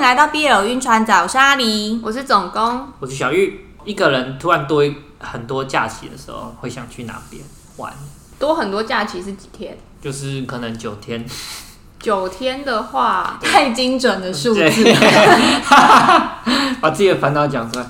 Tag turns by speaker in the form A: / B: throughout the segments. A: 来到 BL 晕船早，我是阿狸。
B: 我是总工，
C: 我是小玉。一个人突然多一很多假期的时候，会想去哪边玩？
B: 多很多假期是几天？
C: 就是可能九 天，
B: 九天的话，
A: 太精准的数
C: 对
A: 字，，
C: 把自己的烦恼讲出来。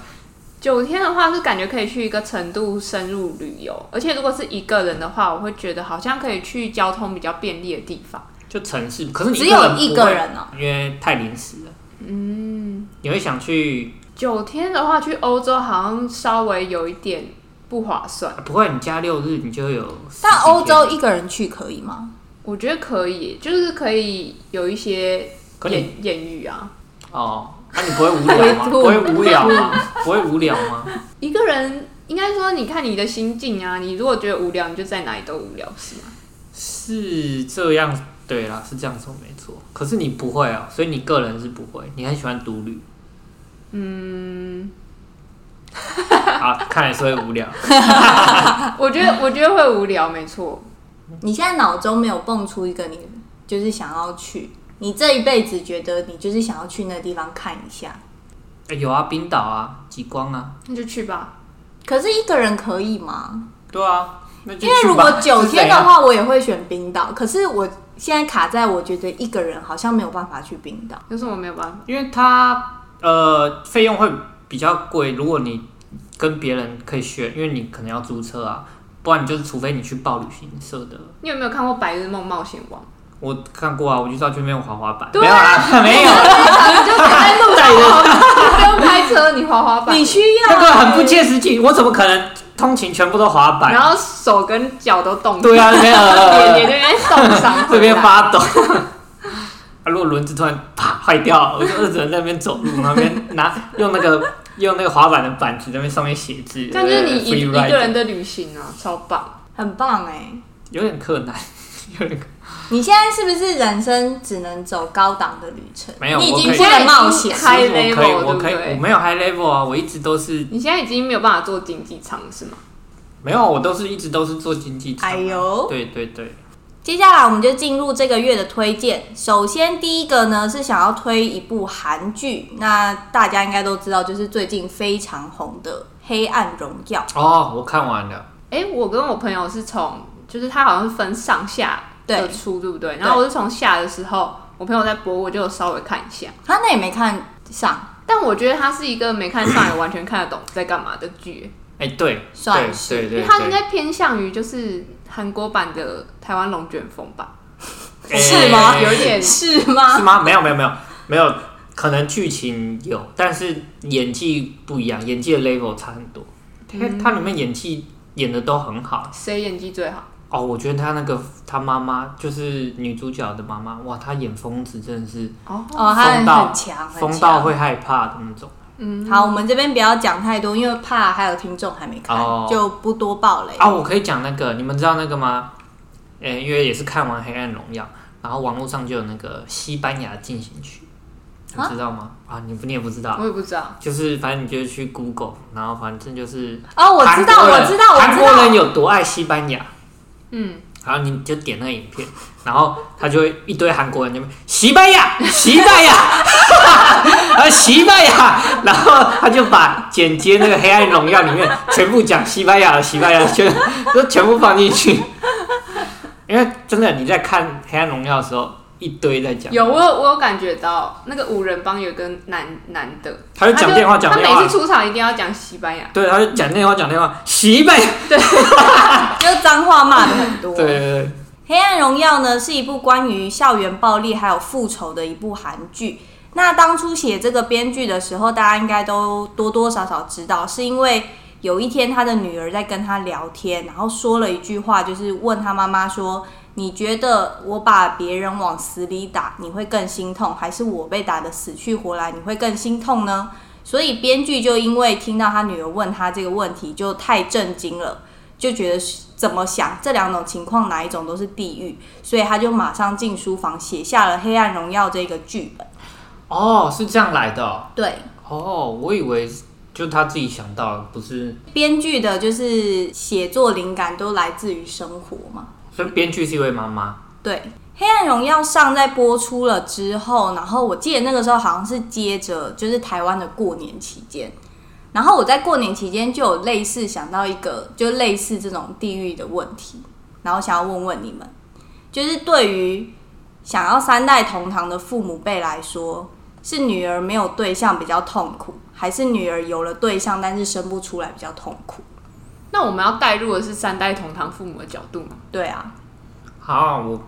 B: 九天的话是感觉可以去一个程度深入旅游，而且如果是一个人的话，我会觉得好像可以去交通比较便利的地方。
C: 就城市，可是你
A: 只有一
C: 不
A: 个
C: 会，
A: 人哦、
C: 因为太临时了。嗯，你会想去？
B: 九天的话去欧洲好像稍微有一点不划算，
C: 啊不会，你加六日，你就有十几天。
A: 但欧洲一个人去可以吗？
B: 我觉得可以，就是可以有一些
C: 可你
B: 艳艳遇啊。
C: 哦，那、你不会无聊 吗？
A: 会
C: 不
A: 吐
C: 会无聊吗？不会无聊吗？
B: 一个人应该说，你看你的心境啊，你如果觉得无聊，你就在哪里都无聊，是吗？
C: 是这样，对啦，是这样说没错。可是你不会啊、所以你个人是不会，你很喜欢独旅。嗯。 啊，看来是会无聊。
B: 我觉得，我觉得会无聊，没错。
A: 你现在脑中没有蹦出一个你就是想要去，你这一辈子觉得你就是想要去那个地方看一下，
C: 欸有啊，冰岛啊，极光啊，
B: 那就去吧。
A: 可是一个人可以吗？
C: 对啊，那
A: 因
C: 就
A: 为
C: 去
A: 如
C: 吧
A: 果九天的，
C: 是怎样
A: 话，我也会选冰岛。可是我现在卡在我觉得一个人好像没有办法去冰岛。
B: 有什么没有办法？
C: 因为它呃费用会比较贵，如果你跟别人可以学，因为你可能要租车啊，不然你就是除非你去报旅行社的。
B: 你有没有看过《白日梦冒险 王》？
C: 我看过啊，我就知道去那边滑滑板，
B: 对
A: 啊
C: 没有啦， 没有，啊
B: 你就躺在路上滑滑板，不用开车，你滑滑板，
A: 你需要、
C: 那个很不切实际，我怎么可能通勤全部都滑
B: 然
C: 板？
B: 后手跟脚都冻，
C: 对啊，那 边呃
B: 脸也那边冻伤，
C: 这边发抖。啊，如果轮子突然啪坏掉了，我就只能在那边走路，那边拿用那个用那个滑板的板子在那边上面写字，
B: 这样就是你一
C: 对
B: 一
C: 不对 free
B: 个
C: ride
B: 人的旅行啊，超棒！
A: 很棒哎、
C: 有点困难，有点困
A: 你现在是不是人生只能走高档的旅程？
C: 没有
A: 你已
C: 我
A: 经
C: 可以
A: 不能冒险。
B: 现在已 High
C: 其实我可以，
B: level，
C: 我可以，
B: 对不对
C: 我没有 high level 啊，我一直都是
B: 你现在已经没有办法做经济舱是吗？
C: 没有，我都是一直都是做经济舱啊。
A: 哎呦
C: 对对对，
A: 接下来我们就进入这个月的推荐。首先第一个呢是想要推一部韩剧，那大家应该都知道，就是最近非常红的《黑暗荣耀》。
C: 哦，我看完了，
B: 哎、我跟我朋友是从，就是他好像是分上下的
A: 对
B: 出，对不对？然后我是从下的时候，我朋友在播，我就有稍微看一下。
A: 他那也没看上，
B: 但我觉得他是一个没看上也完全看得懂在干嘛的剧，
C: 哎，对，
A: 算
C: 对
A: 是
C: 对
B: 因
C: 对
B: 为它应
C: 对，
B: 该偏向于就是韩国版的台湾龙卷风吧，
C: 哎
A: 是吗
B: 有一 点
A: 是
C: 是
A: 吗？
C: 吗？没有没有没有没有，可能剧情有，但是演技不一样，演技的 level 差很多。他他里面演技演的都很好
B: 谁演技最好？
C: 哦，我觉得他那个他妈妈就是女主角的妈妈，哇，她演疯子真的是
B: 哦，
A: 哦，他
C: 疯
A: 很
C: 到
A: 很强，很
C: 疯到
A: 强。
C: 会害怕的那种。
A: 好，我们这边不要讲太多，因为怕还有听众还没看，
C: 哦
A: 就不多爆雷。
C: 啊，我可以讲那个，你们知道那个吗？诶、因为也是看完《黑暗荣耀》，然后网络上就有那个西班牙进行曲，你知道吗？啊，你不你也不知道，
B: 我也不知道，
C: 就是反正你就去 Google，然后反正就是
A: 哦，我知道，
C: 韩国
A: 我
C: 人
A: 知道，我
C: 韩
A: 知
C: 国人
A: 道。
C: 有多爱西班牙，
B: 嗯，
C: 然后你就点那个影片，然后他就会一堆韩国人就西班 牙，西班牙， 啊西班牙，然后他就把剪接那个《黑暗荣耀》里面全部讲西班牙的西班牙的全都全部放进去， 因为真的你在看《黑暗荣耀》的时候，一堆在讲，
B: 有我有我有感觉到那个五人帮有个男男的，
C: 他就讲电话讲
B: 他
C: 电
B: 每
C: 话
B: 次，出场一定要讲西班牙，
C: 对，他就讲电话讲电话，西班牙，
A: 就脏话骂的很多。
C: 对对对。
A: 《黑暗荣耀》呢是一部关于校园暴力还有复仇的一部韩剧。那当初写这个编剧的时候，大家应该都多多少少知道，是因为有一天他的女儿在跟他聊天，然后说了一句话，就是问他妈妈说：“你觉得我把别人往死里打，你会更心痛，还是我被打得死去活来，你会更心痛呢？”所以编剧就因为听到他女儿问他这个问题，就太震惊了。就觉得是怎么想这两种情况哪一种都是地狱，所以他就马上进书房写下了《黑暗荣耀》这个剧本。
C: 哦，是这样来的哦。
A: 对，
C: 哦我以为就他自己想到的，不是。
A: 编剧的就是写作灵感都来自于生活嘛。
C: 所以编剧是一位妈妈，
A: 对，《黑暗荣耀》上在播出了之后，然后我记得那个时候好像是接着就是台湾的过年期间，然后我在过年期间就有类似想到一个，就类似这种地域的问题，然后想要问问你们，就是对于想要三代同堂的父母辈来说，是女儿没有对象比较痛苦，还是女儿有了对象但是生不出来比较痛苦？
B: 那我们要带入的是三代同堂父母的角度嘛？
A: 对啊，
C: 好，我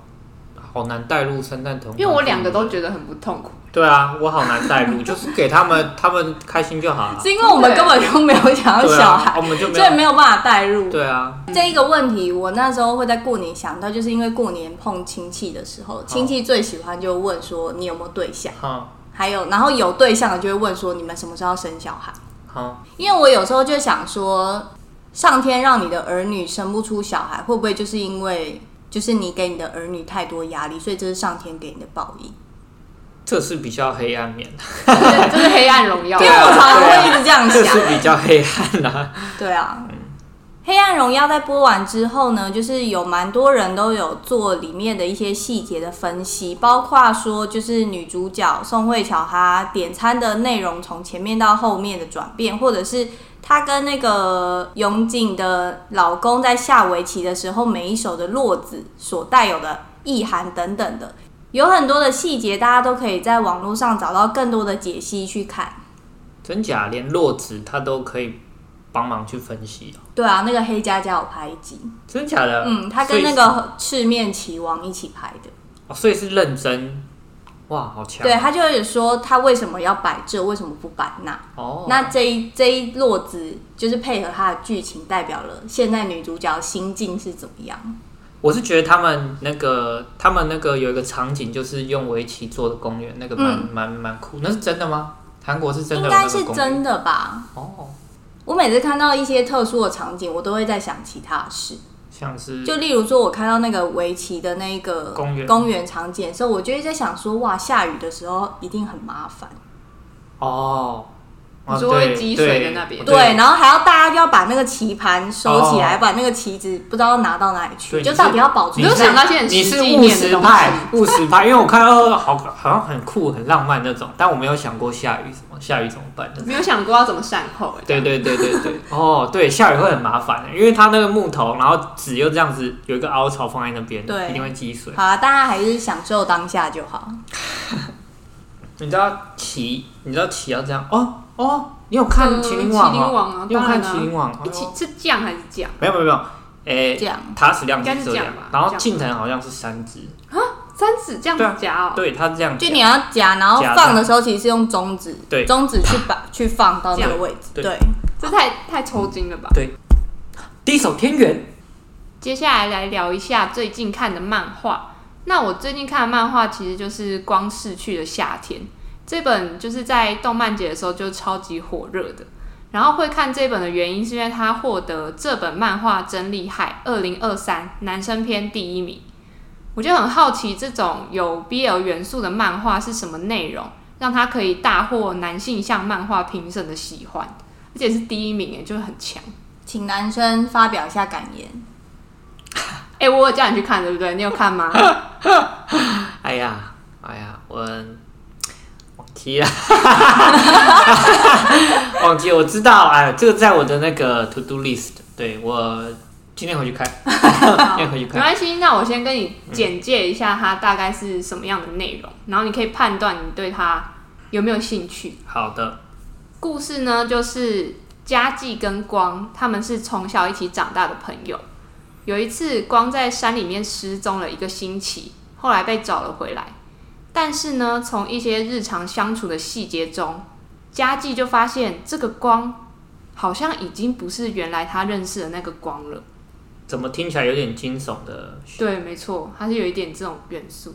C: 好难带入三代同堂，
B: 因为我两个都觉得很不痛苦，
C: 对啊，我好难带入， 就是给他们，他们开心就好了。
A: 是因为我们根本就没有想要
C: 对
A: 小
C: 啊
A: 孩，，
C: 我啊们就没
A: 所以
C: 有。
A: 没有办法带入。
C: 对啊，
A: 这一个问题，我那时候会在过年想到，就是因为过年碰亲戚的时候，亲戚最喜欢就问说你有没有对象，
C: 好，
A: 还有然后有对象的就会问说你们什么时候要生小孩？
C: 好，
A: 因为我有时候就想说，上天让你的儿女生不出小孩，会不会就是因为就是你给你的儿女太多压力，所以这是上天给你的报应？
C: 这是比较黑暗面，
B: 就是就是黑暗荣耀
A: 因。为
C: 啊
A: 我常常会一直这样
C: 这
A: 想。
C: 是比较黑暗啦。
A: 对啊，《黑暗荣耀》在播完之后呢，就是有蛮多人都有做里面的一些细节的分析，包括说就是女主角宋慧乔她点餐的内容从前面到后面的转变，或者是。她跟那个永井的老公在下围棋的时候，每一手的落子所带有的意涵等等的，有很多的细节，大家都可以在网络上找到更多的解析去看。
C: 真假连落子他都可以帮忙去分析哦，
A: 对啊，那个黑佳佳有拍一集，
C: 真假的？
A: 嗯，他跟
C: 所
A: 那
C: 以
A: 个赤面棋王一起拍的。
C: 哦，所以是认真，哇，好强
A: 对，他就有说他为什么要摆这，为什么不摆那。
C: 哦！
A: 那这一这一落子就是配合他的剧情，代表了现在女主角心境是怎么样。
C: 我是觉得他们那个，他们那个有一个场景，就是用围棋做的公园，那个
B: 嗯
C: 蛮蛮蛮酷。那是真的吗？韩国是真的
A: 应
C: 有那
A: 该
C: 个公
A: 是
C: 园？
A: 真的吧？
C: 哦，
A: 我每次看到一些特殊的场景，我都会在想其他的事。
C: 像是
A: 就例如说，我看到那个围棋的那个
C: 嗯公园
A: 公园场景的时候，我就会在想说，哇，下雨的时候一定很麻烦。
C: 哦，啊
B: 你说会积水的那
C: 哦
B: 边
A: 对，然后还要大家就要把那个棋盘收起来，把那个棋子不知道拿到哪里去，
C: 对
A: 就
C: 你是
A: 到底要保
C: 你
A: 存
B: 没有
C: 是
B: 想到一些很
C: 你
B: 实
C: 是
B: 际
C: 务
B: 面的
C: 实
B: 东
C: 派
B: 西，
C: 务实派，因为我看到好好像很酷、很浪漫那种，但我没有想过下雨什么，下雨怎么办的？
B: 没有想过要怎么善后、欸。
C: 对对对对对，哦，对，下雨会很麻烦，因为它那个木头，然后纸又这样子有一个凹槽放在那边，
A: 对
C: 一定会积水。
A: 好啊，大家还是享受当下就好。
C: 你知道棋，你知道棋要这样哦哦，你有看
B: 呃
C: 《麒麟王》
B: 麒麟王啊
C: 你有看《
B: 当然啊
C: 麒麟王》
B: 一
C: 哦？
B: 起是酱还是酱？
C: 没有没有没有，诶、
A: 这样
C: 塔矢亮是
B: 应该是
C: 这
B: 这
C: 样
B: 样吧，
C: 然
B: 这
C: 后
B: 样
C: 近藤好像是三只，
B: 三指这样
C: 对啊
B: 子夹哦、
C: 对，他这样
A: 就
C: 讲
A: 你要夹，然后
C: 夹
A: 放的时候其实是用中指，
C: 对
A: 中指去 把去放到那个位置。
C: 对
A: 对，
B: 这太太抽筋了吧？
C: 第一手天元，
B: 接下来来聊一下最近看的漫画。那我最近看的漫画其实就是《光逝去的夏天》这本，就是在动漫节的时候就超级火热的。然后会看这本的原因，是因为它获得这本漫画真厉害二零二三男生篇第一名。我就很好奇，这种有 BL 元素的漫画是什么内容，让它可以大获男性向漫画评审的喜欢，而且是第一名，哎，就是很强。
A: 请男生发表一下感言。
B: 哎、我有叫你去看，对不对？你有看吗？嗯
C: 哎呀哎呀，我忘记了， 忘记了我知道，哎，这个在我的那个 to do list，对我今天回 去看，今天回去
B: 没
C: 看，
B: 关系，那我先跟你简介一下它大概是什么样的内容，然后你可以判断你对它有没有兴趣。
C: 好的，
B: 故事呢，就是佳纪跟光他们是从小一起长大的朋友。有一次，光在山里面失踪了一个星期，后来被找了回来。但是呢，从一些日常相处的细节中，佳纪就发现这个光好像已经不是原来他认识的那个光了。
C: 怎么听起来有点惊悚的？
B: 对，没错，它是有一点这种元素。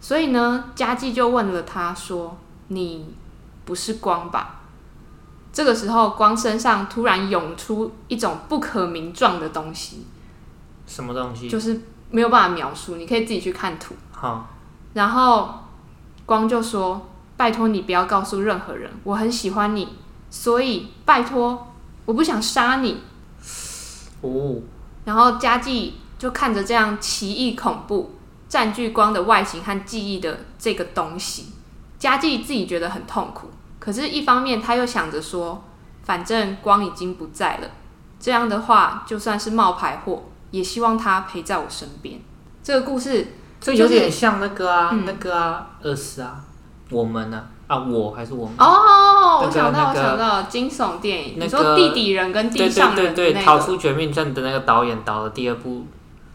B: 所以呢，佳纪就问了他说：“你不是光吧？”这个时候，光身上突然涌出一种不可名状的东西，
C: 什么东西？
B: 就是没有办法描述，你可以自己去看图。
C: 好，
B: 然后光就说：“拜托你不要告诉任何人，我很喜欢你，所以拜托，我不想杀你。”
C: 哦，
B: 然后佳纪就看着这样奇异恐怖、占据光的外形和记忆的这个东西。佳纪自己觉得很痛苦，可是，一方面他又想着说，反正光已经不在了，这样的话，就算是冒牌货，也希望他陪在我身边。这个故事
C: 这有点像那个啊，
B: 嗯
C: 那个啊，二十啊，我们呢啊，我还是我们。
B: 哦，
C: 那个
B: 我想到，
C: 那个
B: 我想到惊悚电影，
C: 那
B: 你
C: 个
B: 说地底人跟地
C: 对
B: 上
C: 对
B: 人
C: 对
B: 的
C: 对，
B: 那
C: 逃
B: 个，
C: 出绝命镇的那个导演导的第二部，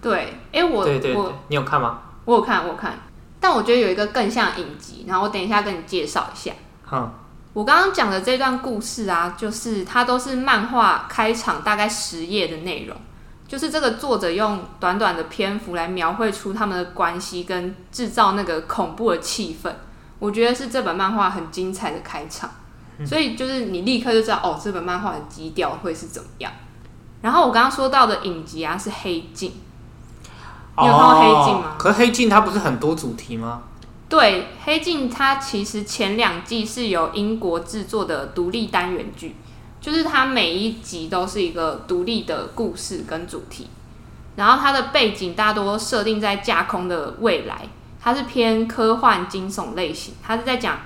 B: 对，哎，我
C: 对对对
B: 我，
C: 你有看吗？
B: 我有看，我有看，但我觉得有一个更像影集，然后我等一下跟你介绍一下。
C: 哼，
B: 我刚刚讲的这段故事啊，就是它都是漫画开场大概十页的内容，就是这个作者用短短的篇幅来描绘出他们的关系，跟制造那个恐怖的气氛。我觉得是这本漫画很精彩的开场，所以就是你立刻就知道哦，这本漫画的基调会是怎么样。然后我刚刚说到的影集啊是《黑镜》，你有看过黑镜吗
C: 哦可是黑镜它不是很多主题吗？
B: 对，《黑镜》它其实前两季是由英国制作的独立单元剧，就是它每一集都是一个独立的故事跟主题，然后它的背景大多设定在架空的未来，它是偏科幻惊悚类型，它是在讲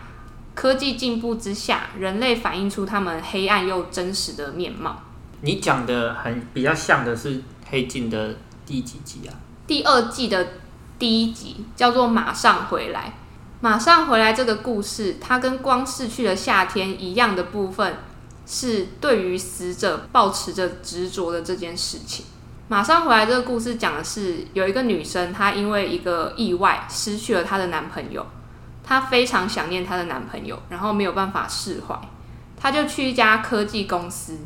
B: 科技进步之下，人类反映出他们黑暗又真实的面貌。
C: 你讲的很比较像的是黑镜的第几集啊？
B: 第二季的第一集叫做《马上回来》。马上回来这个故事，它跟《光逝去的夏天》一样的部分，是对于死者保持着执着的这件事情。马上回来这个故事讲的是有一个女生，她因为一个意外失去了她的男朋友，她非常想念她的男朋友，然后没有办法释怀，她就去一家科技公司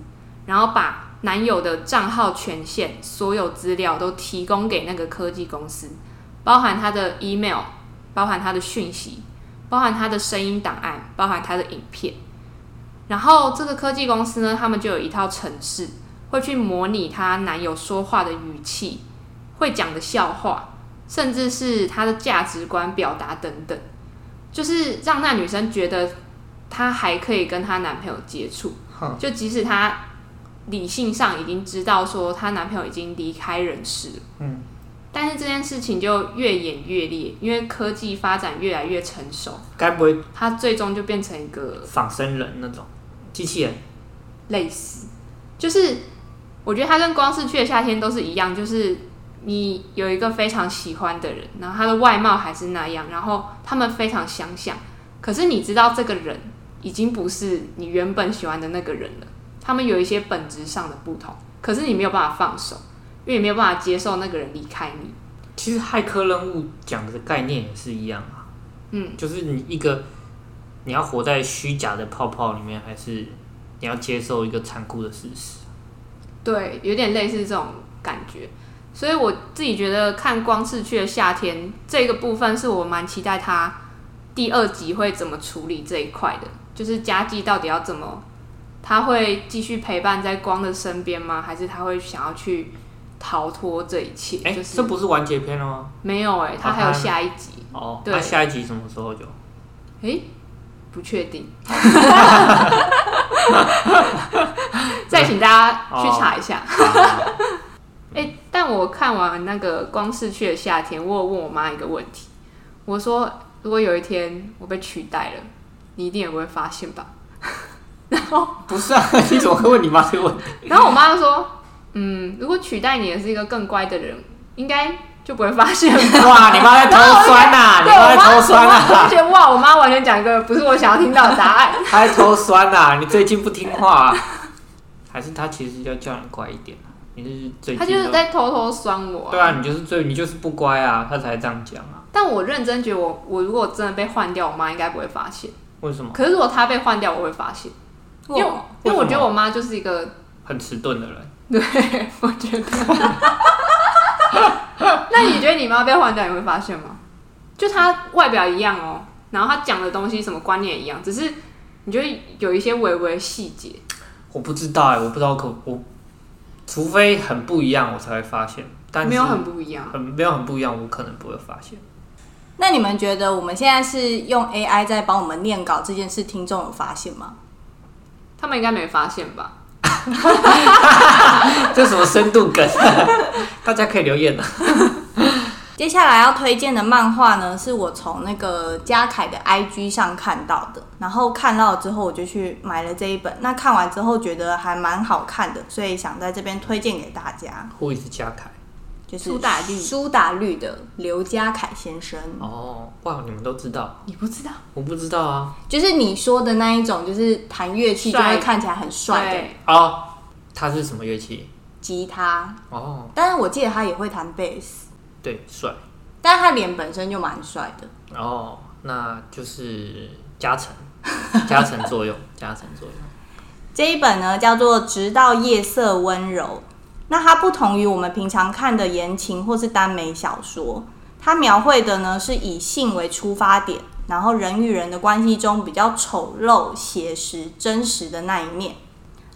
B: 然后把男友的账号权限、所有资料都提供给那个科技公司，包含他的 email，包含他的讯息，包含他的声音档案，包含他的影片。然后这个科技公司呢，他们就有一套程式，会去模拟她男友说话的语气、会讲的笑话，甚至是他的价值观表达等等，就是让那女生觉得她还可以跟她男朋友接触。
C: 哼，
B: 就即使她理性上已经知道说她男朋友已经离开人世，
C: 嗯，
B: 但是这件事情就越演越烈，因为科技发展越来越成熟，
C: 该不会
B: 她最终就变成一个
C: 仿生人那种机器人？
B: 类似，就是我觉得它跟《光是去的夏天》都是一样，就是你有一个非常喜欢的人，然后他的外貌还是那样，然后他们非常相像，可是你知道这个人已经不是你原本喜欢的那个人了，他们有一些本质上的不同，可是你没有办法放手，因为你没有办法接受那个人离开你。
C: 其实骇客任务讲的概念也是一样啊，
B: 嗯，
C: 就是你一个你要活在虚假的泡泡里面，还是你要接受一个残酷的事实？
B: 对，有点类似这种感觉。所以我自己觉得看《光逝去的夏天》这个部分，是我蛮期待它第二集会怎么处理这一块的，就是佳纪到底要怎么，他会继续陪伴在光的身边吗？还是他会想要去逃脱这一切？
C: 哎、
B: 就是
C: 这不是完结篇了吗？
B: 没有哎、他还有下一集，
C: 哦，
B: 对
C: 那下一集什么时候有？
B: 哎、不确 定，再请大家去查一下。
C: 啊
B: 哎、但我看完那个《光逝去的夏天》，我有问我妈一个问题，我说如果有一天我被取代了，你一定也不会发现吧？
C: 不是啊，你怎么会问你妈这个问题？
B: 然后我妈就说，嗯，如果取代你的是一个更乖的人，应该就不会发现 吧。
C: 哇，你妈在偷酸呐、啊你
B: 对我
C: 妈在
B: 妈，
C: 偷酸啊呐、
B: 我妈就觉得哇，我妈完全讲一个不是我想要听到的答案。
C: 她在偷酸呐、你最近不听话、啊还是她其实要叫你乖一点啊？你是最近
B: 她就是
C: 都
B: 在偷偷酸我、
C: 对啊，你就是最你就是不乖啊，她才这样讲啊？
B: 但我认真觉得我，我如果真的被换掉，我妈应该不会发现。
C: 为什么？
B: 可是如果她被换掉，我会发现，因为我因为我觉得我妈就是一个
C: 很迟钝的人。
B: 对，我觉得。 那你觉得你妈被换掉，你会发现吗？就她外表一样哦，然后她讲的东西什么观念也一样，只是你觉得有一些微微细节。
C: 我不知道哎、我不知道可我，除非很不一样，我才会发现。但是
B: 没有很不一样。
C: 很没有很不一样，我可能不会发现。
A: 那你们觉得我们现在是用 AI 在帮我们念稿这件事，听众有发现吗？
B: 他们应该没发现吧？
C: 啊这什么深度梗？大家可以留言啊。
A: 接下来要推荐的漫画呢，是我从那个嘉凯的 IG 上看到的，然后看到之后我就去买了这一本。那看完之后觉得还蛮好看的，所以想在这边推荐给大家，
C: Who is 嘉凯？
A: 就是
B: 苏打绿
A: 苏打绿的刘嘉凯先生，
C: 哦，哇，你们都知道，
B: 你不知道？
C: 我不知道啊。
A: 就是你说的那一种，就是弹乐器就
B: 帅
A: 会看起来很帅的
B: 对，
C: 哦，他是什么乐器？
A: 吉他，
C: 哦，
A: 但是我记得他也会弹贝斯，
C: 对，帅。
A: 但是他脸本身就蛮帅的。
C: 哦，那就是加成，加成作用，加成作用。
A: 这一本呢叫做《直到夜色温柔》，那它不同于我们平常看的言情或是耽美小说，它描绘的呢是以性为出发点，然后人与人的关系中比较丑陋、写实、真实的那一面。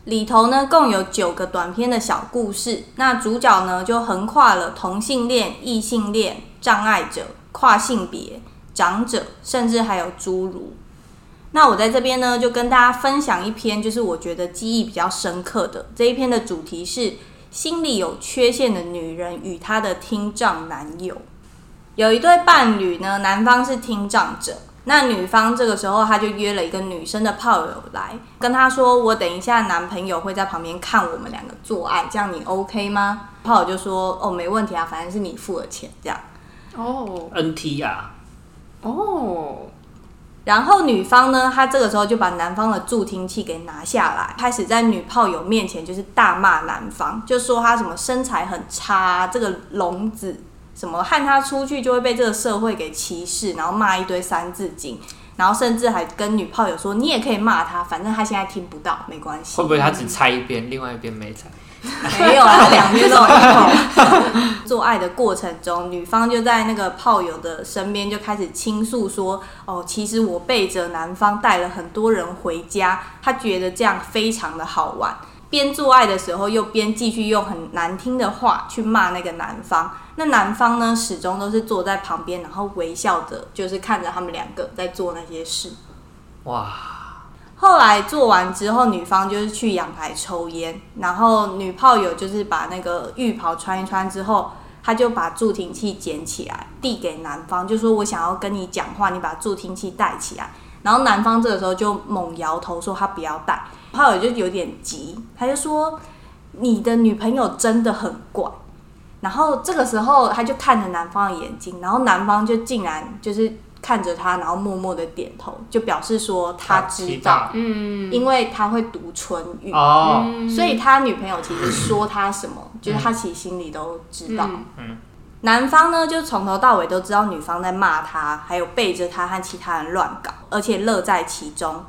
A: 里头呢共有九个短篇的小故事，那主角呢就横跨了同性恋、异性恋、障碍者、跨性别、长者，甚至还有侏儒。那我在这边呢，就跟大家分享一篇，就是我觉得记忆比较深刻的这一篇的主题是心理有缺陷的女人与她的听障男友。有一对伴侣呢，男方是听障者，那女方这个时候她就约了一个女生的炮友来，跟她说：“我等一下男朋友会在旁边看我们两个做爱，这样你 OK 吗？”炮友就说：“哦，没问题啊，反正是你付了钱这样。”
B: 哦
C: NTR
B: 哦，
A: 然后女方呢，她这个时候就把男方的助听器给拿下来，开始在女炮友面前就是大骂男方，就说他什么身材很差，这个聋子，什么和他出去就会被这个社会给歧视，然后骂一堆三字经，然后甚至还跟女炮友说你也可以骂他，反正他现在听不到，没关系
C: 会。不会他只拆一边，另外一边没拆？
A: 没有啊， 两边都有一口。 做爱的过程中，女方就在那个炮友的身边就开始倾诉说：“哦，其实我背着男方带了很多人回家，他觉得这样非常的好玩。”边做爱的时候，又边继续用很难听的话去骂那个男方。那男方呢，始终都是坐在旁边，然后微笑着，就是看着他们两个在做那些事。
C: 哇，
A: 后来做完之后，女方就是去阳台抽烟，然后女炮友就是把那个浴袍穿一穿之后，她就把助听器捡起来递给男方，就说我想要跟你讲话，你把助听器戴起来。然后男方这个时候就猛摇头说他不要戴，炮友就有点急，他就说你的女朋友真的很怪。然后这个时候他就看着男方的眼睛，然后男方就竟然就是看着他，然后默默的点头，就表示说哦他知道。
B: 嗯，
A: 因为他会读唇语，
C: 哦，
B: 嗯
A: 所以他女朋友其实说他什么，就是他其实心里都知道。
B: 嗯
A: 男方呢，就从头到尾都知道女方在骂他，还有背着他和其他人乱搞，而且乐在其中。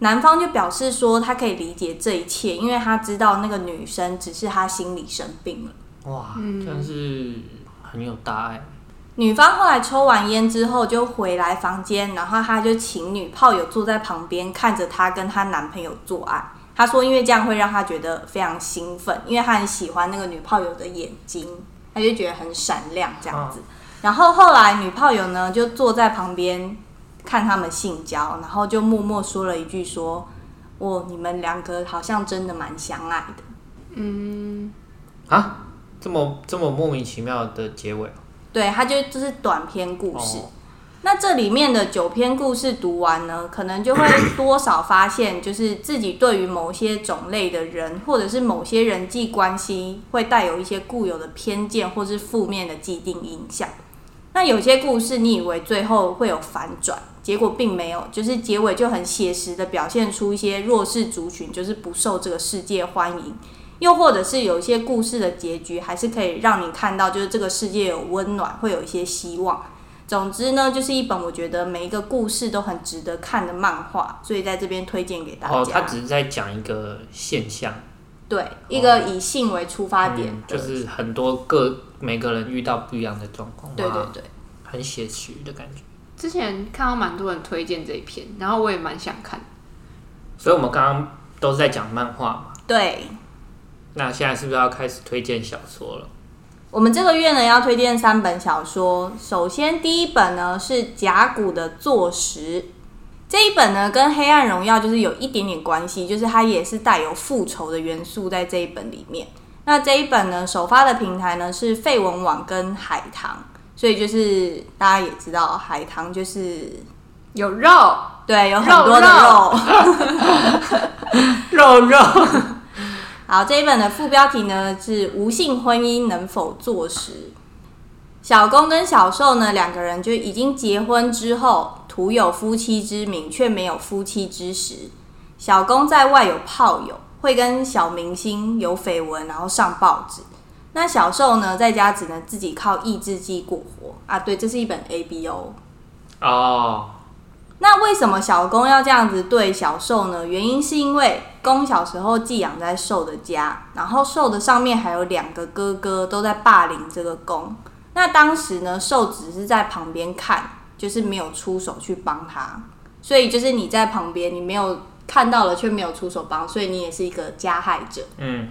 A: 男方就表示说，他可以理解这一切，因为他知道那个女生只是他心理生病了。
C: 哇，
A: 嗯
C: 真是很有大爱。
A: 女方后来抽完烟之后就回来房间，然后她就请女炮友坐在旁边看着她跟她男朋友做爱。她说，因为这样会让她觉得非常兴奋，因为她很喜欢那个女炮友的眼睛，她就觉得很闪亮这样子。然后后来女炮友呢就坐在旁边看他们性交，然后就默默说了一句说：“哦，你们两个好像真的蛮相爱的。”
B: 嗯，
C: 啊，这么这么莫名其妙的结尾
A: 对，它就就是短篇故事。
C: 哦
A: 那这里面的九篇故事读完呢， 可能就会多少发现，就是自己对于某些种类的人，或者是某些人际关系，会带有一些固有的偏见或是负面的既定印象。那有些故事你以为最后会有反转，结果并没有，就是结尾就很写实的表现出一些弱势族群就是不受这个世界欢迎，又或者是有一些故事的结局还是可以让你看到，就是这个世界有温暖，会有一些希望。总之呢，就是一本我觉得每一个故事都很值得看的漫画，所以在这边推荐给大
C: 哦，
A: 家。
C: 他只是在讲一个现象，
A: 对，一个以性为出发点
C: 哦嗯，
A: 的、
C: 就是很多个每个人遇到不一样的状况，
A: 对对
C: 哇，
A: 对。
C: 很写实的感觉。
B: 之前看到蛮多人推荐这一篇，然后我也蛮想看。
C: 所以我们刚刚都是在讲漫画嘛，
A: 对，
C: 那现在是不是要开始推荐小说了？
A: 我们这个月呢要推荐三本小说，首先第一本呢是甲骨的《坐实》。这一本呢，跟《黑暗荣耀》就是有一点点关系，就是它也是带有复仇的元素在这一本里面。那这一本呢，首发的平台呢是废文网跟海棠，所以就是大家也知道，海棠就是
B: 有肉，
A: 对有很多的
B: 肉
A: 肉
C: 肉肉，
A: 好，这一本的副标题呢是“无性婚姻能否坐实”。小公跟小受呢两个人就已经结婚之后，徒有夫妻之名，却没有夫妻之实。小公在外有炮友，会跟小明星有绯闻，然后上报纸。那小受呢，在家只能自己靠抑制剂过活啊。对，这是一本 A B O。
C: 哦，
A: 那为什么小公要这样子对小受呢？原因是因为公小时候寄养在受的家，然后受的上面还有两个哥哥都在霸凌这个公。那当时呢，受只是在旁边看，就是没有出手去帮他。所以就是你在旁边，你没有看到了却没有出手帮，所以你也是一个加害者。
C: 嗯，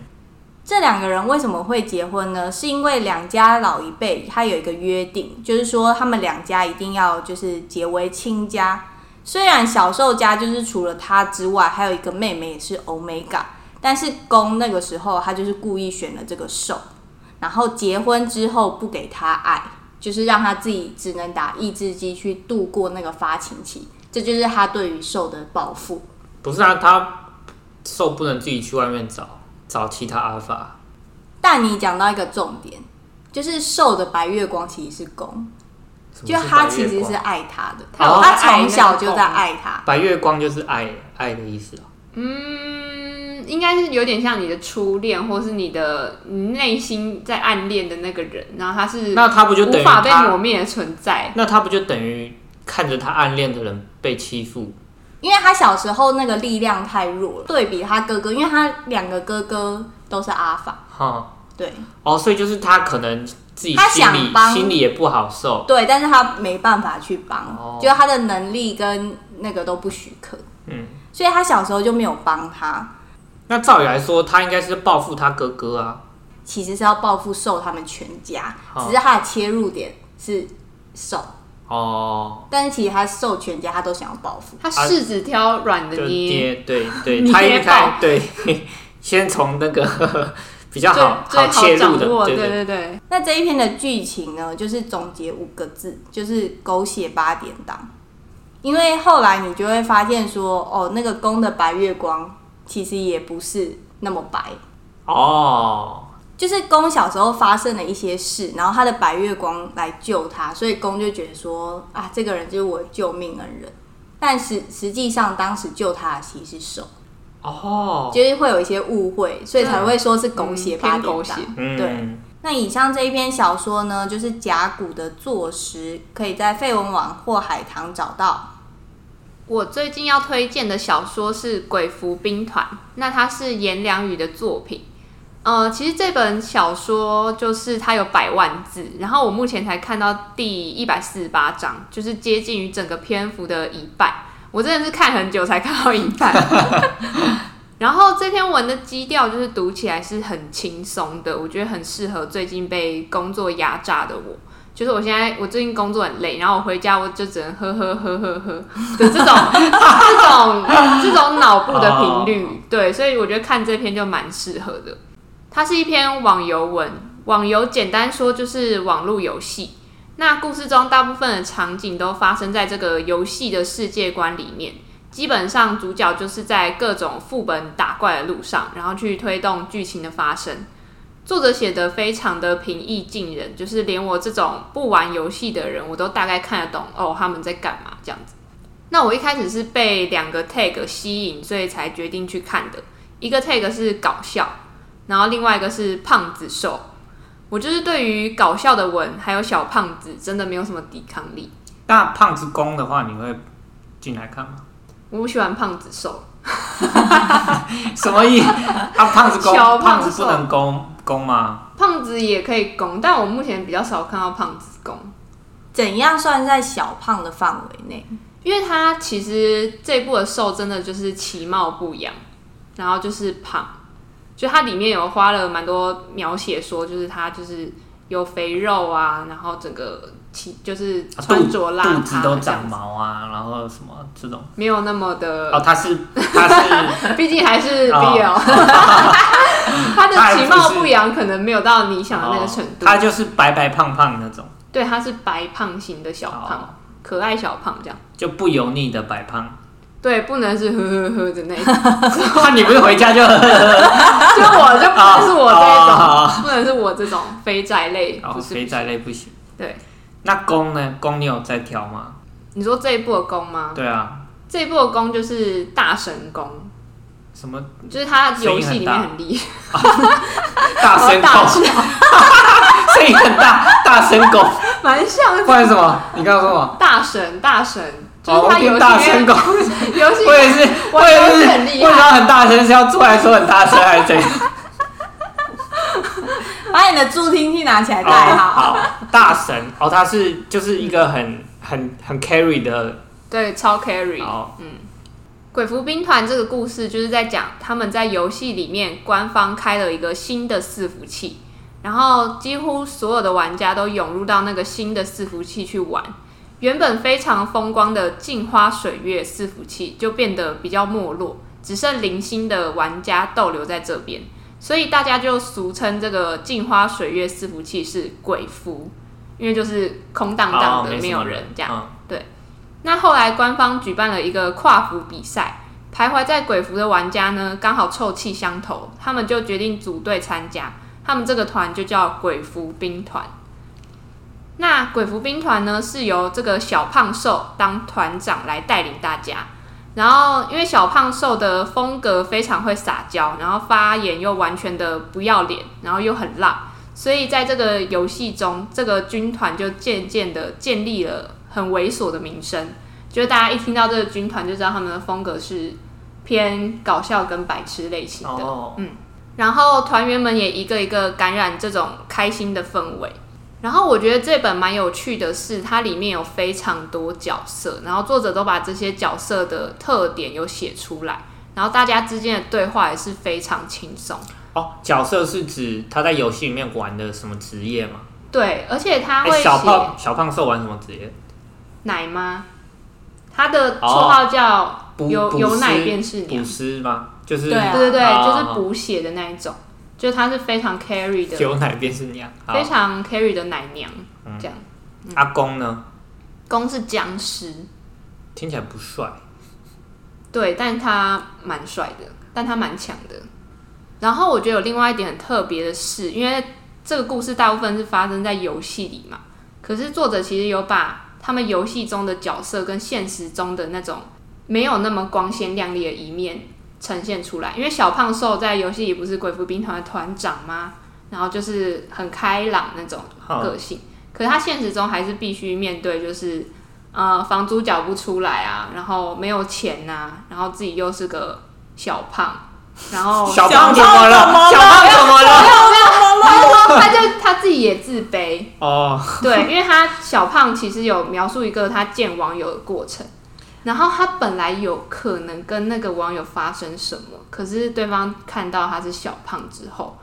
A: 这两个人为什么会结婚呢？是因为两家老一辈他有一个约定，就是说他们两家一定要就是结为亲家。虽然小受家就是除了他之外，还有一个妹妹也是欧美嘎，但是公那个时候他就是故意选了这个受，然后结婚之后不给他爱，就是让他自己只能打抑制剂去度过那个发情期，这就是他对于受的报复。
C: 不是啊，他受不能自己去外面找找其他阿法，
A: 但你讲到一个重点，就是受的白月光其实是公。
C: 什么
A: 就是他
C: 白月
A: 其实
C: 光
A: 是爱他的，他
C: 哦
A: 他从小就在爱他。
C: 白月光就是爱爱的意思啊。
B: 嗯，应该是有点像你的初恋，或是你的你内心在暗恋的那个人，然后他是
C: 那他不就等
B: 无
C: 于
B: 法被
C: 他
B: 磨灭的存在。
C: 那他不就等于看着他暗恋的人被欺负？
A: 因为他小时候那个力量太弱了，对比他哥哥，因为他两个哥哥都是阿法，
C: 哈、
A: 对
C: 哦，所以就是他可能自己
A: 他
C: 心
A: 想
C: 里
A: 帮
C: 心里也不好受，
A: 对，但是他没办法去帮，
C: 哦
A: 就是他的能力跟那个都不许可，
C: 嗯，
A: 所以他小时候就没有帮他，
C: 那照理来说，他应该是报复他哥哥啊。
A: 其实是要报复受他们全家，
C: 哦
A: 只是他的切入点是受，
C: 哦，
A: 但是其实他受全家他都想要报复。
B: 他柿子挑软的
C: 就
B: 捏，
C: 爹，对对，
B: 捏
C: 他应该
B: 爆
C: 对，先从那个 比较
B: 最
C: 啊好
B: 最
C: 好切入
B: 掌
C: 的，
B: 握。
C: 对
B: 对
C: 对，
B: 对对，
A: 那这一篇的剧情呢，就是总结五个字，就是狗血八点档。因为后来你就会发现说，哦，那个公的白月光其实也不是那么白，
C: 哦，
A: 就是公小时候发生了一些事，然后他的白月光来救他，所以公就觉得说，啊，这个人就是我的救命恩人。但实实际上，当时救他的其实是手，
C: 哦，
A: 就是会有一些误会，所以才会说是狗血
B: 嗯
A: 八
B: 偏
A: 点
B: 狗血
A: 档。对
C: 嗯，
A: 那以上这一篇小说呢，就是甲骨的坐实，可以在废文网或海棠找到。
B: 我最近要推荐的小说是《鬼服兵团》，那它是颜良宇的作品。呃，其实这本小说就是它有百万字，然后我目前才看到第一百四十八章，就是接近于整个篇幅的一半。我真的是看很久才看到一半。然后这篇文的基调就是读起来是很轻松的，我觉得很适合最近被工作压榨的我。就是我现在我最近工作很累，然后我回家我就只能呵呵呵呵呵的这种 这种这种脑部的频率。对，所以我觉得看这篇就蛮适合的。它是一篇网游文，网游简单说就是网络游戏。那故事中大部分的场景都发生在这个游戏的世界观里面，基本上主角就是在各种副本打怪的路上，然后去推动剧情的发生。作者写的非常的平易近人，就是连我这种不玩游戏的人，我都大概看得懂哦他们在干嘛这样子。那我一开始是被两个 tag 吸引，所以才决定去看的。一个 tag 是搞笑，然后另外一个是胖子瘦。我就是对于搞笑的文还有小胖子真的没有什么抵抗力，
C: 那胖子公的话，你会进来看吗？
B: 我不喜欢胖子瘦。
C: 什么意？啊，胖子公，
B: 小
C: 胖
B: 胖子
C: 子不能公公吗？
B: 胖子也可以攻，但我目前比较少看到胖子攻，
A: 怎样算在小胖的范围内？
B: 因为他其实这一部的瘦真的就是其貌不扬，然后就是胖，就它里面有花了蛮多描写说，就是他就是有肥肉啊，然后整个其就是
C: 啊
B: 穿着邋遢、
C: 肚子都长，毛啊，然后什么这种。
B: 没有那么的
C: 哦，他是他是
B: 毕竟还是
C: 哦
B: BL，、他的
C: 他还不
B: 其
C: 是
B: 貌不扬可能没有到你想的那个程度。
C: 哦他就是白白胖胖那种。
B: 对，他是白胖型的小胖，
C: 哦
B: 可爱小胖这样。
C: 就不油腻的白胖。
B: 对，不能是呵呵呵的那一种，
C: 那你不是回家就
B: 就我就不能是我这一种，
C: 哦
B: 不能是我这种肥宅类，
C: 哦
B: 不是
C: 肥宅类不行。
B: 对。
C: 那公呢？公你有在挑吗？
B: 你说这一步的功吗？
C: 对啊，
B: 这一步的功就是大神功，
C: 什么
B: 就是他游戏里面很厉害，
C: 大
B: 然后
C: 声
B: 大
C: 公，声音很大，大声公，
B: 蛮像
C: 不然什么？你刚刚说什么？
B: 大神大神，就
C: 哦，
B: 是
C: 我
B: 他游戏里
C: 听
B: 面
C: 大声公，
B: 游戏
C: 我也是，我也
B: 我觉得
C: 是
B: 很，厉害
C: 为什么很大声是要出来说很大声还是怎样？
A: 把你的助听器拿起来
C: 哦
A: 戴好。
C: 大神哦，他是就是一个很很很 carry 的
B: 嗯对超 carry。
C: 哦，
B: 鬼服兵团这个故事就是在讲他们在游戏里面官方开了一个新的伺服器，然后几乎所有的玩家都涌入到那个新的伺服器去玩。原本非常风光的镜花水月伺服器就变得比较没落，只剩零星的玩家逗留在这边，所以大家就俗称这个镜花水月伺服器是鬼服，因为就是空荡荡
C: 哦
B: 的，
C: 没什么
B: 没有人这样。
C: 嗯
B: 那后来官方举办了一个跨服比赛，徘徊在鬼服的玩家呢，刚好臭气相投，他们就决定组队参加。他们这个团就叫鬼服兵团。那鬼服兵团呢，是由这个小胖瘦当团长来带领大家。然后，因为小胖瘦的风格非常会撒娇，然后发言又完全的不要脸，然后又很辣，所以在这个游戏中，这个军团就渐渐的建立了很猥琐的名声。就是大家一听到这个军团，就知道他们的风格是偏搞笑跟白痴类型的。
C: 哦，
B: 然后团员们也一个一个感染这种开心的氛围。然后我觉得这本蛮有趣的是，它里面有非常多角色，然后作者都把这些角色的特点有写出来，然后大家之间的对话也是非常轻松。
C: 哦，角色是指他在游戏里面玩的什么职业吗？
B: 对，而且他
C: 哎
B: 会
C: 小
B: 写
C: 胖小胖瘦玩什么职业？
B: 奶妈，他的绰
C: 哦
B: 号叫
C: 捕
B: 有
C: 捕
B: 有奶
C: 尸
B: 便是
C: 捕
B: 娘，
C: 师吗？就是
A: 对啊
B: 对对对，
C: 哦
B: 就是补血的那一种，就是他是非常 carry 的，
C: 有奶便是娘。好
B: 非常 carry 的奶娘这样。
C: 阿公呢？
B: 公是僵尸，
C: 听起来不帅。
B: 对，但他蛮帅的，但他蛮强的。然后我觉得有另外一点很特别的是，因为这个故事大部分是发生在游戏里嘛，可是作者其实有把他们游戏中的角色跟现实中的那种没有那么光鲜亮丽的一面呈现出来。因为小胖瘦在游戏里不是鬼服兵团的团长吗？然后就是很开朗那种
C: 好
B: 个性，可是他现实中还是必须面对就是呃，房租缴不出来啊，然后没有钱呐、然后自己又是个小胖，然后
C: 小
A: 胖
C: 胖怎么
A: 怎么
C: 了？
A: 了
C: 小胖怎么了？
B: 他说 他就他自己也自卑，
C: 哦，
B: 对，因为他小胖其实有描述一个他见网友的过程，然后他本来有可能跟那个网友发生什么，可是对方看到他是小胖之后，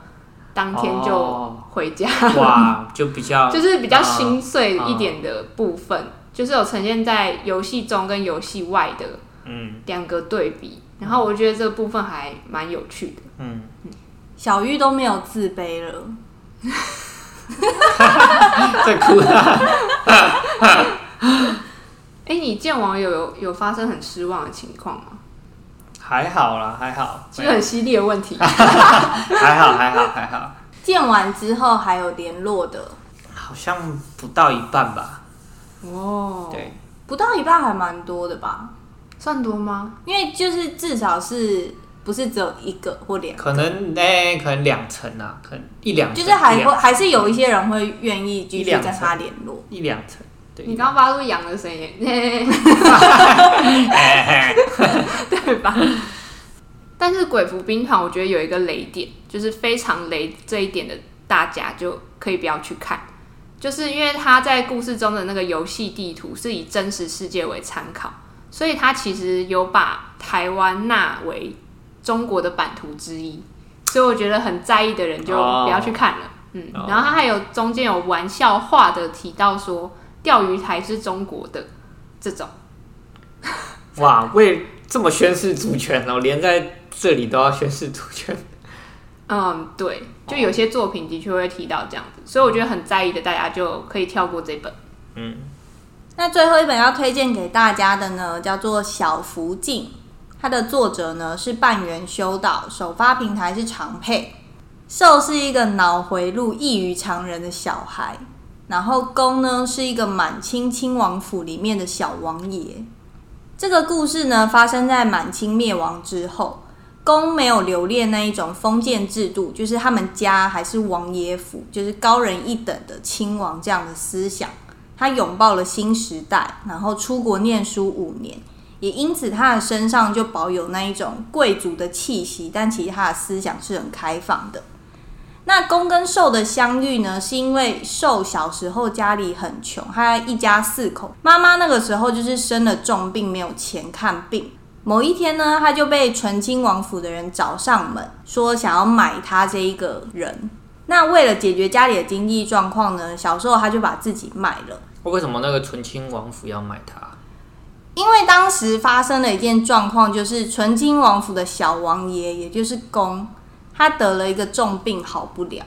B: 当天就
C: 哦
B: 回家
C: 哇，就比较
B: 就是比较
C: 新。
B: 心碎一点的部分，
C: 啊
B: 就是有呈现在游戏中跟游戏外的
C: 嗯
B: 两个对比。然后我觉得这个部分还蛮有趣的，
C: 嗯，
A: 小玉都没有自卑了，
C: 在哭啊。
B: 哎，你见网友有有发生很失望的情况吗？
C: 还好啦，还好，
B: 是不是很犀利的问 题？
C: 还好，还好，还好，
A: 见完之后还有联络的，
C: 好像不到一半吧。
B: 哦，
C: 对，
A: 不到一半还蛮多的吧？
B: 算多吗？
A: 因为就是至少是不是只有一个或两个，
C: 可能哎，可能两层啊，可能一两
A: 就
C: 层，
A: 是还
C: 一
A: 会
C: 两
A: 还是有一些人会愿意继
C: 一
A: 续
C: 两
A: 跟他联络。
C: 一两层。对，
B: 你刚刚发出羊的声音，对吧？但是鬼服兵团，我觉得有一个雷点，就是非常雷这一点的，大家就可以不要去看，就是因为他在故事中的那个游戏地图是以真实世界为参考，所以他其实有把台湾纳为中国的版图之一，所以我觉得很在意的人就不要去看了。嗯，
C: 哦
B: 然后他还有中间有玩笑话的提到说钓鱼台是中国的这种。
C: 哇，为这么宣示主权哦，连在这里都要宣示主权。
B: 嗯，对，就有些作品的确会提到这样子，所以我觉得很在意的大家就可以跳过这本。
A: 那最后一本要推荐给大家的呢，叫做《小福晋》，它的作者呢是半原修道，首发平台是长佩。寿是一个脑回路异于常人的小孩，然后公呢是一个满清亲王府里面的小王爷。这个故事呢发生在满清灭亡之后，公没有留恋那一种封建制度，就是他们家还是王爷府，就是高人一等的亲王这样的思想。他拥抱了新时代，然后出国念书五年，也因此他的身上就保有那一种贵族的气息，但其实他的思想是很开放的。那公跟寿的相遇呢，是因为寿小时候家里很穷，他一家四口，妈妈那个时候就是生了重病，没有钱看病。某一天呢，他就被纯亲王府的人找上门，说想要买他这一个人。那为了解决家里的经济状况呢，小时候他就把自己卖了。
C: 为什么那个纯亲王府要买它？
A: 因为当时发生了一件状况，就是纯亲王府的小王爷，也就是公，他得了一个重病，好不了。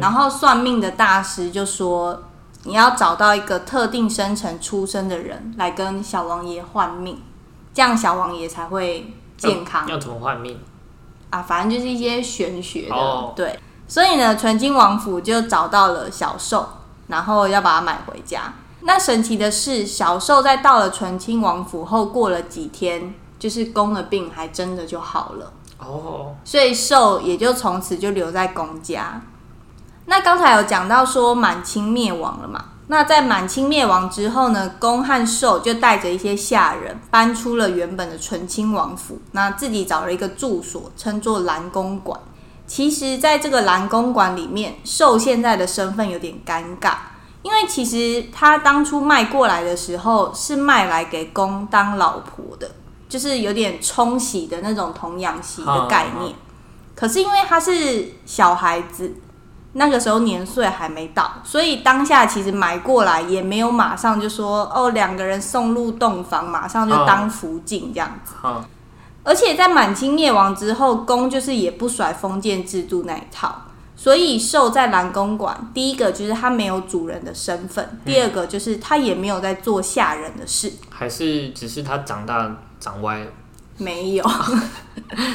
A: 然后算命的大师就说，你要找到一个特定生辰出生的人来跟小王爷换命，这样小王爷才会健康。
C: 要怎么换命？
A: 啊，反正就是一些玄学的，
C: 哦
A: 对。所以呢，纯金王府就找到了小兽，然后要把它买回家。那神奇的是，小兽在到了纯亲王府后，过了几天，就是公的病还真的就好了，
C: 哦，
A: 所以兽也就从此就留在公家。那刚才有讲到说满清灭亡了嘛？那在满清灭亡之后呢，公和寿就带着一些下人搬出了原本的纯亲王府，那自己找了一个住所，称作蓝公馆。其实，在这个蓝公馆里面，寿现在的身份有点尴尬，因为其实他当初卖过来的时候是卖来给公当老婆的，就是有点冲洗的那种童养媳的概念。可是因为他是小孩子，那个时候年岁还没到，所以当下其实买过来也没有马上就说哦，两个人送入洞房，马上就当福晋这样子。
C: 好，
A: 而且在满清灭亡之后，公就是也不甩封建制度那一套，所以寿在蓝公馆，第一个就是他没有主人的身
C: 嗯
A: 份，第二个就是他也没有在做下人的事，
C: 还是只是他长大长歪了，
A: 没有，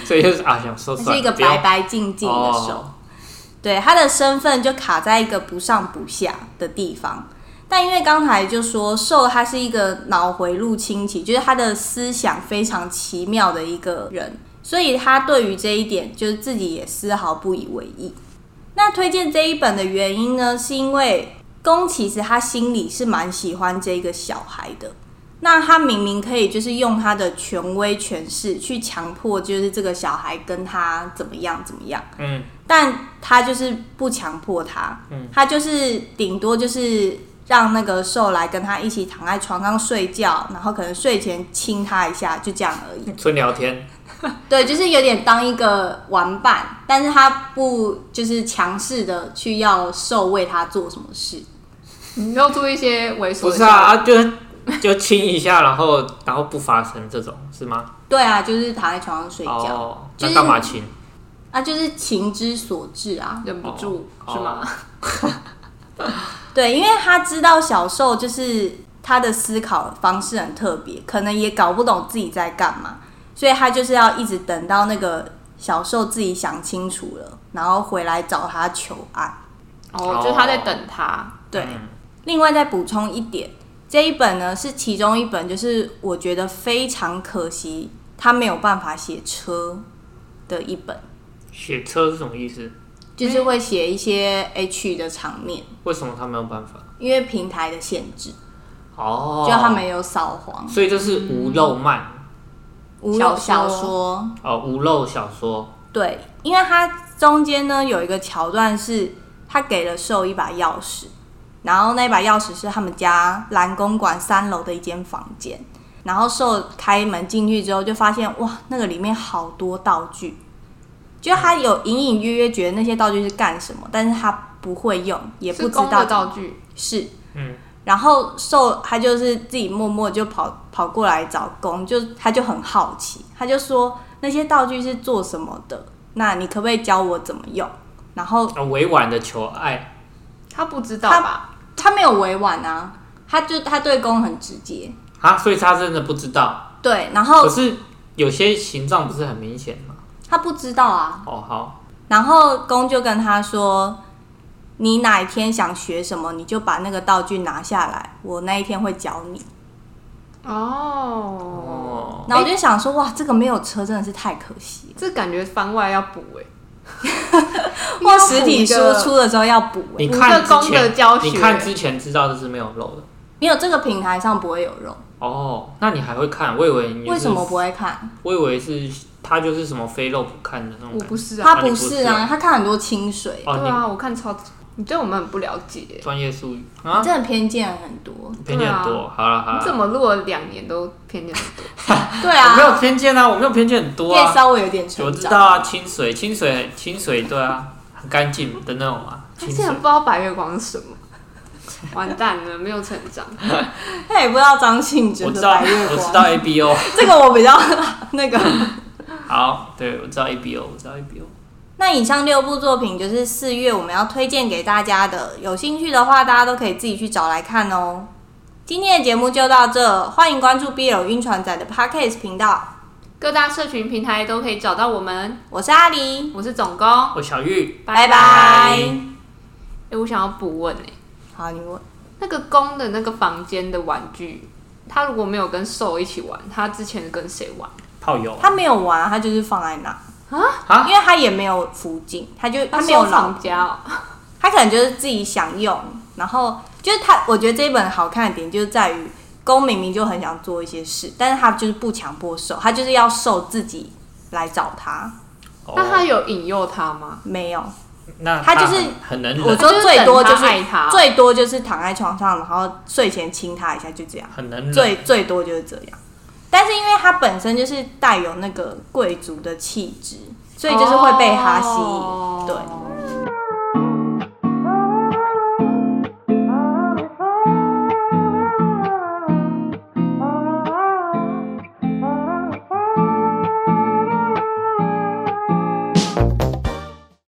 C: 所以就是啊，想说
A: 他
C: 算了
A: 是一个
C: 不要
A: 白白净净的手。
C: 哦
A: 对，他的身份就卡在一个不上不下的地方。但因为刚才就说寿他是一个脑回路清奇，就是他的思想非常奇妙的一个人，所以他对于这一点就是自己也丝毫不以为意。那推荐这一本的原因呢，是因为宫其实他心里是蛮喜欢这个小孩的。那他明明可以就是用他的权威权势去强迫，就是这个小孩跟他怎么样怎么样。
C: 嗯，
A: 但他就是不强迫他，他就是顶多就是让那个兽来跟他一起躺在床上睡觉，然后可能睡前亲他一下，就这样而已。
C: 纯聊天，
A: 对，就是有点当一个玩伴，但是他不就是强势的去要兽为他做什么事。
B: 你露出一些猥琐
C: 不
B: 的
C: 是
B: 笑
C: 啊，
B: 容，
C: 啊就就亲一下，然后然后不发声这种是吗？
A: 对啊，就是躺在床上睡觉，
C: 哦，
A: 就
C: 那
A: 是
C: 干嘛亲？
A: 啊，就是情之所至啊。
B: 忍不住、
C: 哦
B: 是吗？
A: 对，因为他知道小受就是他的思考方式很特别，可能也搞不懂自己在干嘛，所以他就是要一直等到那个小受自己想清楚了，然后回来找他求爱。
B: 哦，就是他在等他。
A: 对，另外再补充一点，这一本呢是其中一本，就是我觉得非常可惜，他没有办法写车的一本，
C: 写车是什么意思？
A: 就是会写一些 H 的场面，
C: 为什么他没有办法？
A: 因为平台的限制，
C: 哦，
A: 就他没嗯有扫黄。
C: 所以这是无肉漫、
A: 无
B: 小
A: 有小
B: 说
A: 说
C: 哦，无肉小说
A: 对，因为它中间呢有一个桥段是，他给了兽一把钥匙，然后那把钥匙是他们家蓝公馆三楼的一间房间，然后兽开门进去之后就发现哇，那个里面好多道具，就他有隐隐约约觉得那些道具是干什么，但是他不会用，也
B: 是
A: 不知
B: 公
A: 道
B: 的道具，
A: 是，
C: 嗯，
A: 然后兽他就是自己默默就跑跑过来找公，就他就很好奇，他就说那些道具是做什么的，那你可不可以教我怎么用？然后
C: 哦委婉的求爱，
B: 他不知道吧？
A: 他没有委婉啊，他就他对公很直接，
C: 啊，所以他真的不知道。
A: 对，然
C: 可
A: 后
C: 是有些形状不是很明显吗？
A: 他不知道啊，
C: 哦，好，
A: 然后公就跟他说：“你哪一天想学什么，你就把那个道具拿下来，我那一天会教你。
B: 哦，
C: 哦，
A: 然后我就想说，哇，这个没有车真的是太可惜了。
B: 这感觉番外要补哎、欸，
A: 哇，实体书出的时候要补、欸，
C: 你看之
B: 五个公的
C: 前
B: 教，学
C: 你看之前知道这是没有漏的。
A: 没有这个平台上不会有肉，
C: 哦，那你还会看？我以为你、就是、啊
A: 为什么不会看？
C: 我以为是他就是什么非肉不看的那种
B: 我
C: 感
B: 不
C: 觉，
B: 是啊，
A: 他不是
C: 你不是
A: 啊，他看很多清水，
C: 哦
B: 对啊，我看超，你对我们很不了解欸、
C: 专业术语啊，
A: 真的偏见很 多。
C: 偏见很多。好了好
B: 你
C: 了，
B: 怎么录了两年都偏见？
A: 对
C: 我没
A: 啊，
C: 有偏见啊，我没有偏见很多
A: 也
C: 啊，
A: 稍微有点
C: 我
A: 成
C: 知
A: 长。
C: 道啊，清水清水清水，对啊，很干净的那种啊，
B: 他
C: 清
B: 竟
C: 水
B: 然不知道白月光是什么， 完蛋了，没有成长。
A: 他也不知道张信哲
C: 我知
A: 的
C: 道啊
A: 白月
C: 我知道
A: 光，
C: A B O，
A: 这个我比较 那个。
C: 好，对我知道 A B O，我知道 A B O。
A: 那以上六部作品就是四月我们要推荐给大家的，有兴趣的话，大家都可以自己去找来看哦。今天的节目就到这，欢迎关注 BL 晕船仔的 Podcast 频道，
B: 各大社群平台都可以找到我们。
A: 我是阿狸，
B: 我是总工，
C: 我哦小玉，
A: 拜
C: 拜
A: 拜。
B: 哎、我想要补问哎、
A: 好，你问，
B: 那个公的那个房间的玩具，他如果没有跟兽一起玩，他之前跟谁玩？
C: 炮友
A: 他没有玩，他就是放在那，
C: 啊，
A: 因为他也没有附近，他就他没有
B: 收
A: 老，
B: 藏家哦、
A: 他可能就是自己想用，然后就是他，我觉得这一本好看的点就是在于。公明明就很想做一些事，但是他就是不强迫受，他就是要受自己来找他，
B: 那他
C: 哦
B: 有引诱他吗？
A: 没有，
C: 那
A: 他就是
C: 很很能
A: 我
C: 忍，
A: 说最多就是
B: 他等他爱他，哦
A: 最多就是躺在床上，然后睡前亲他一下，就这样。
C: 很能忍，
A: 最最多就是这样。但是因为他本身就是带有那个贵族的气质，所以就是会被他吸引。
B: 哦
A: 对，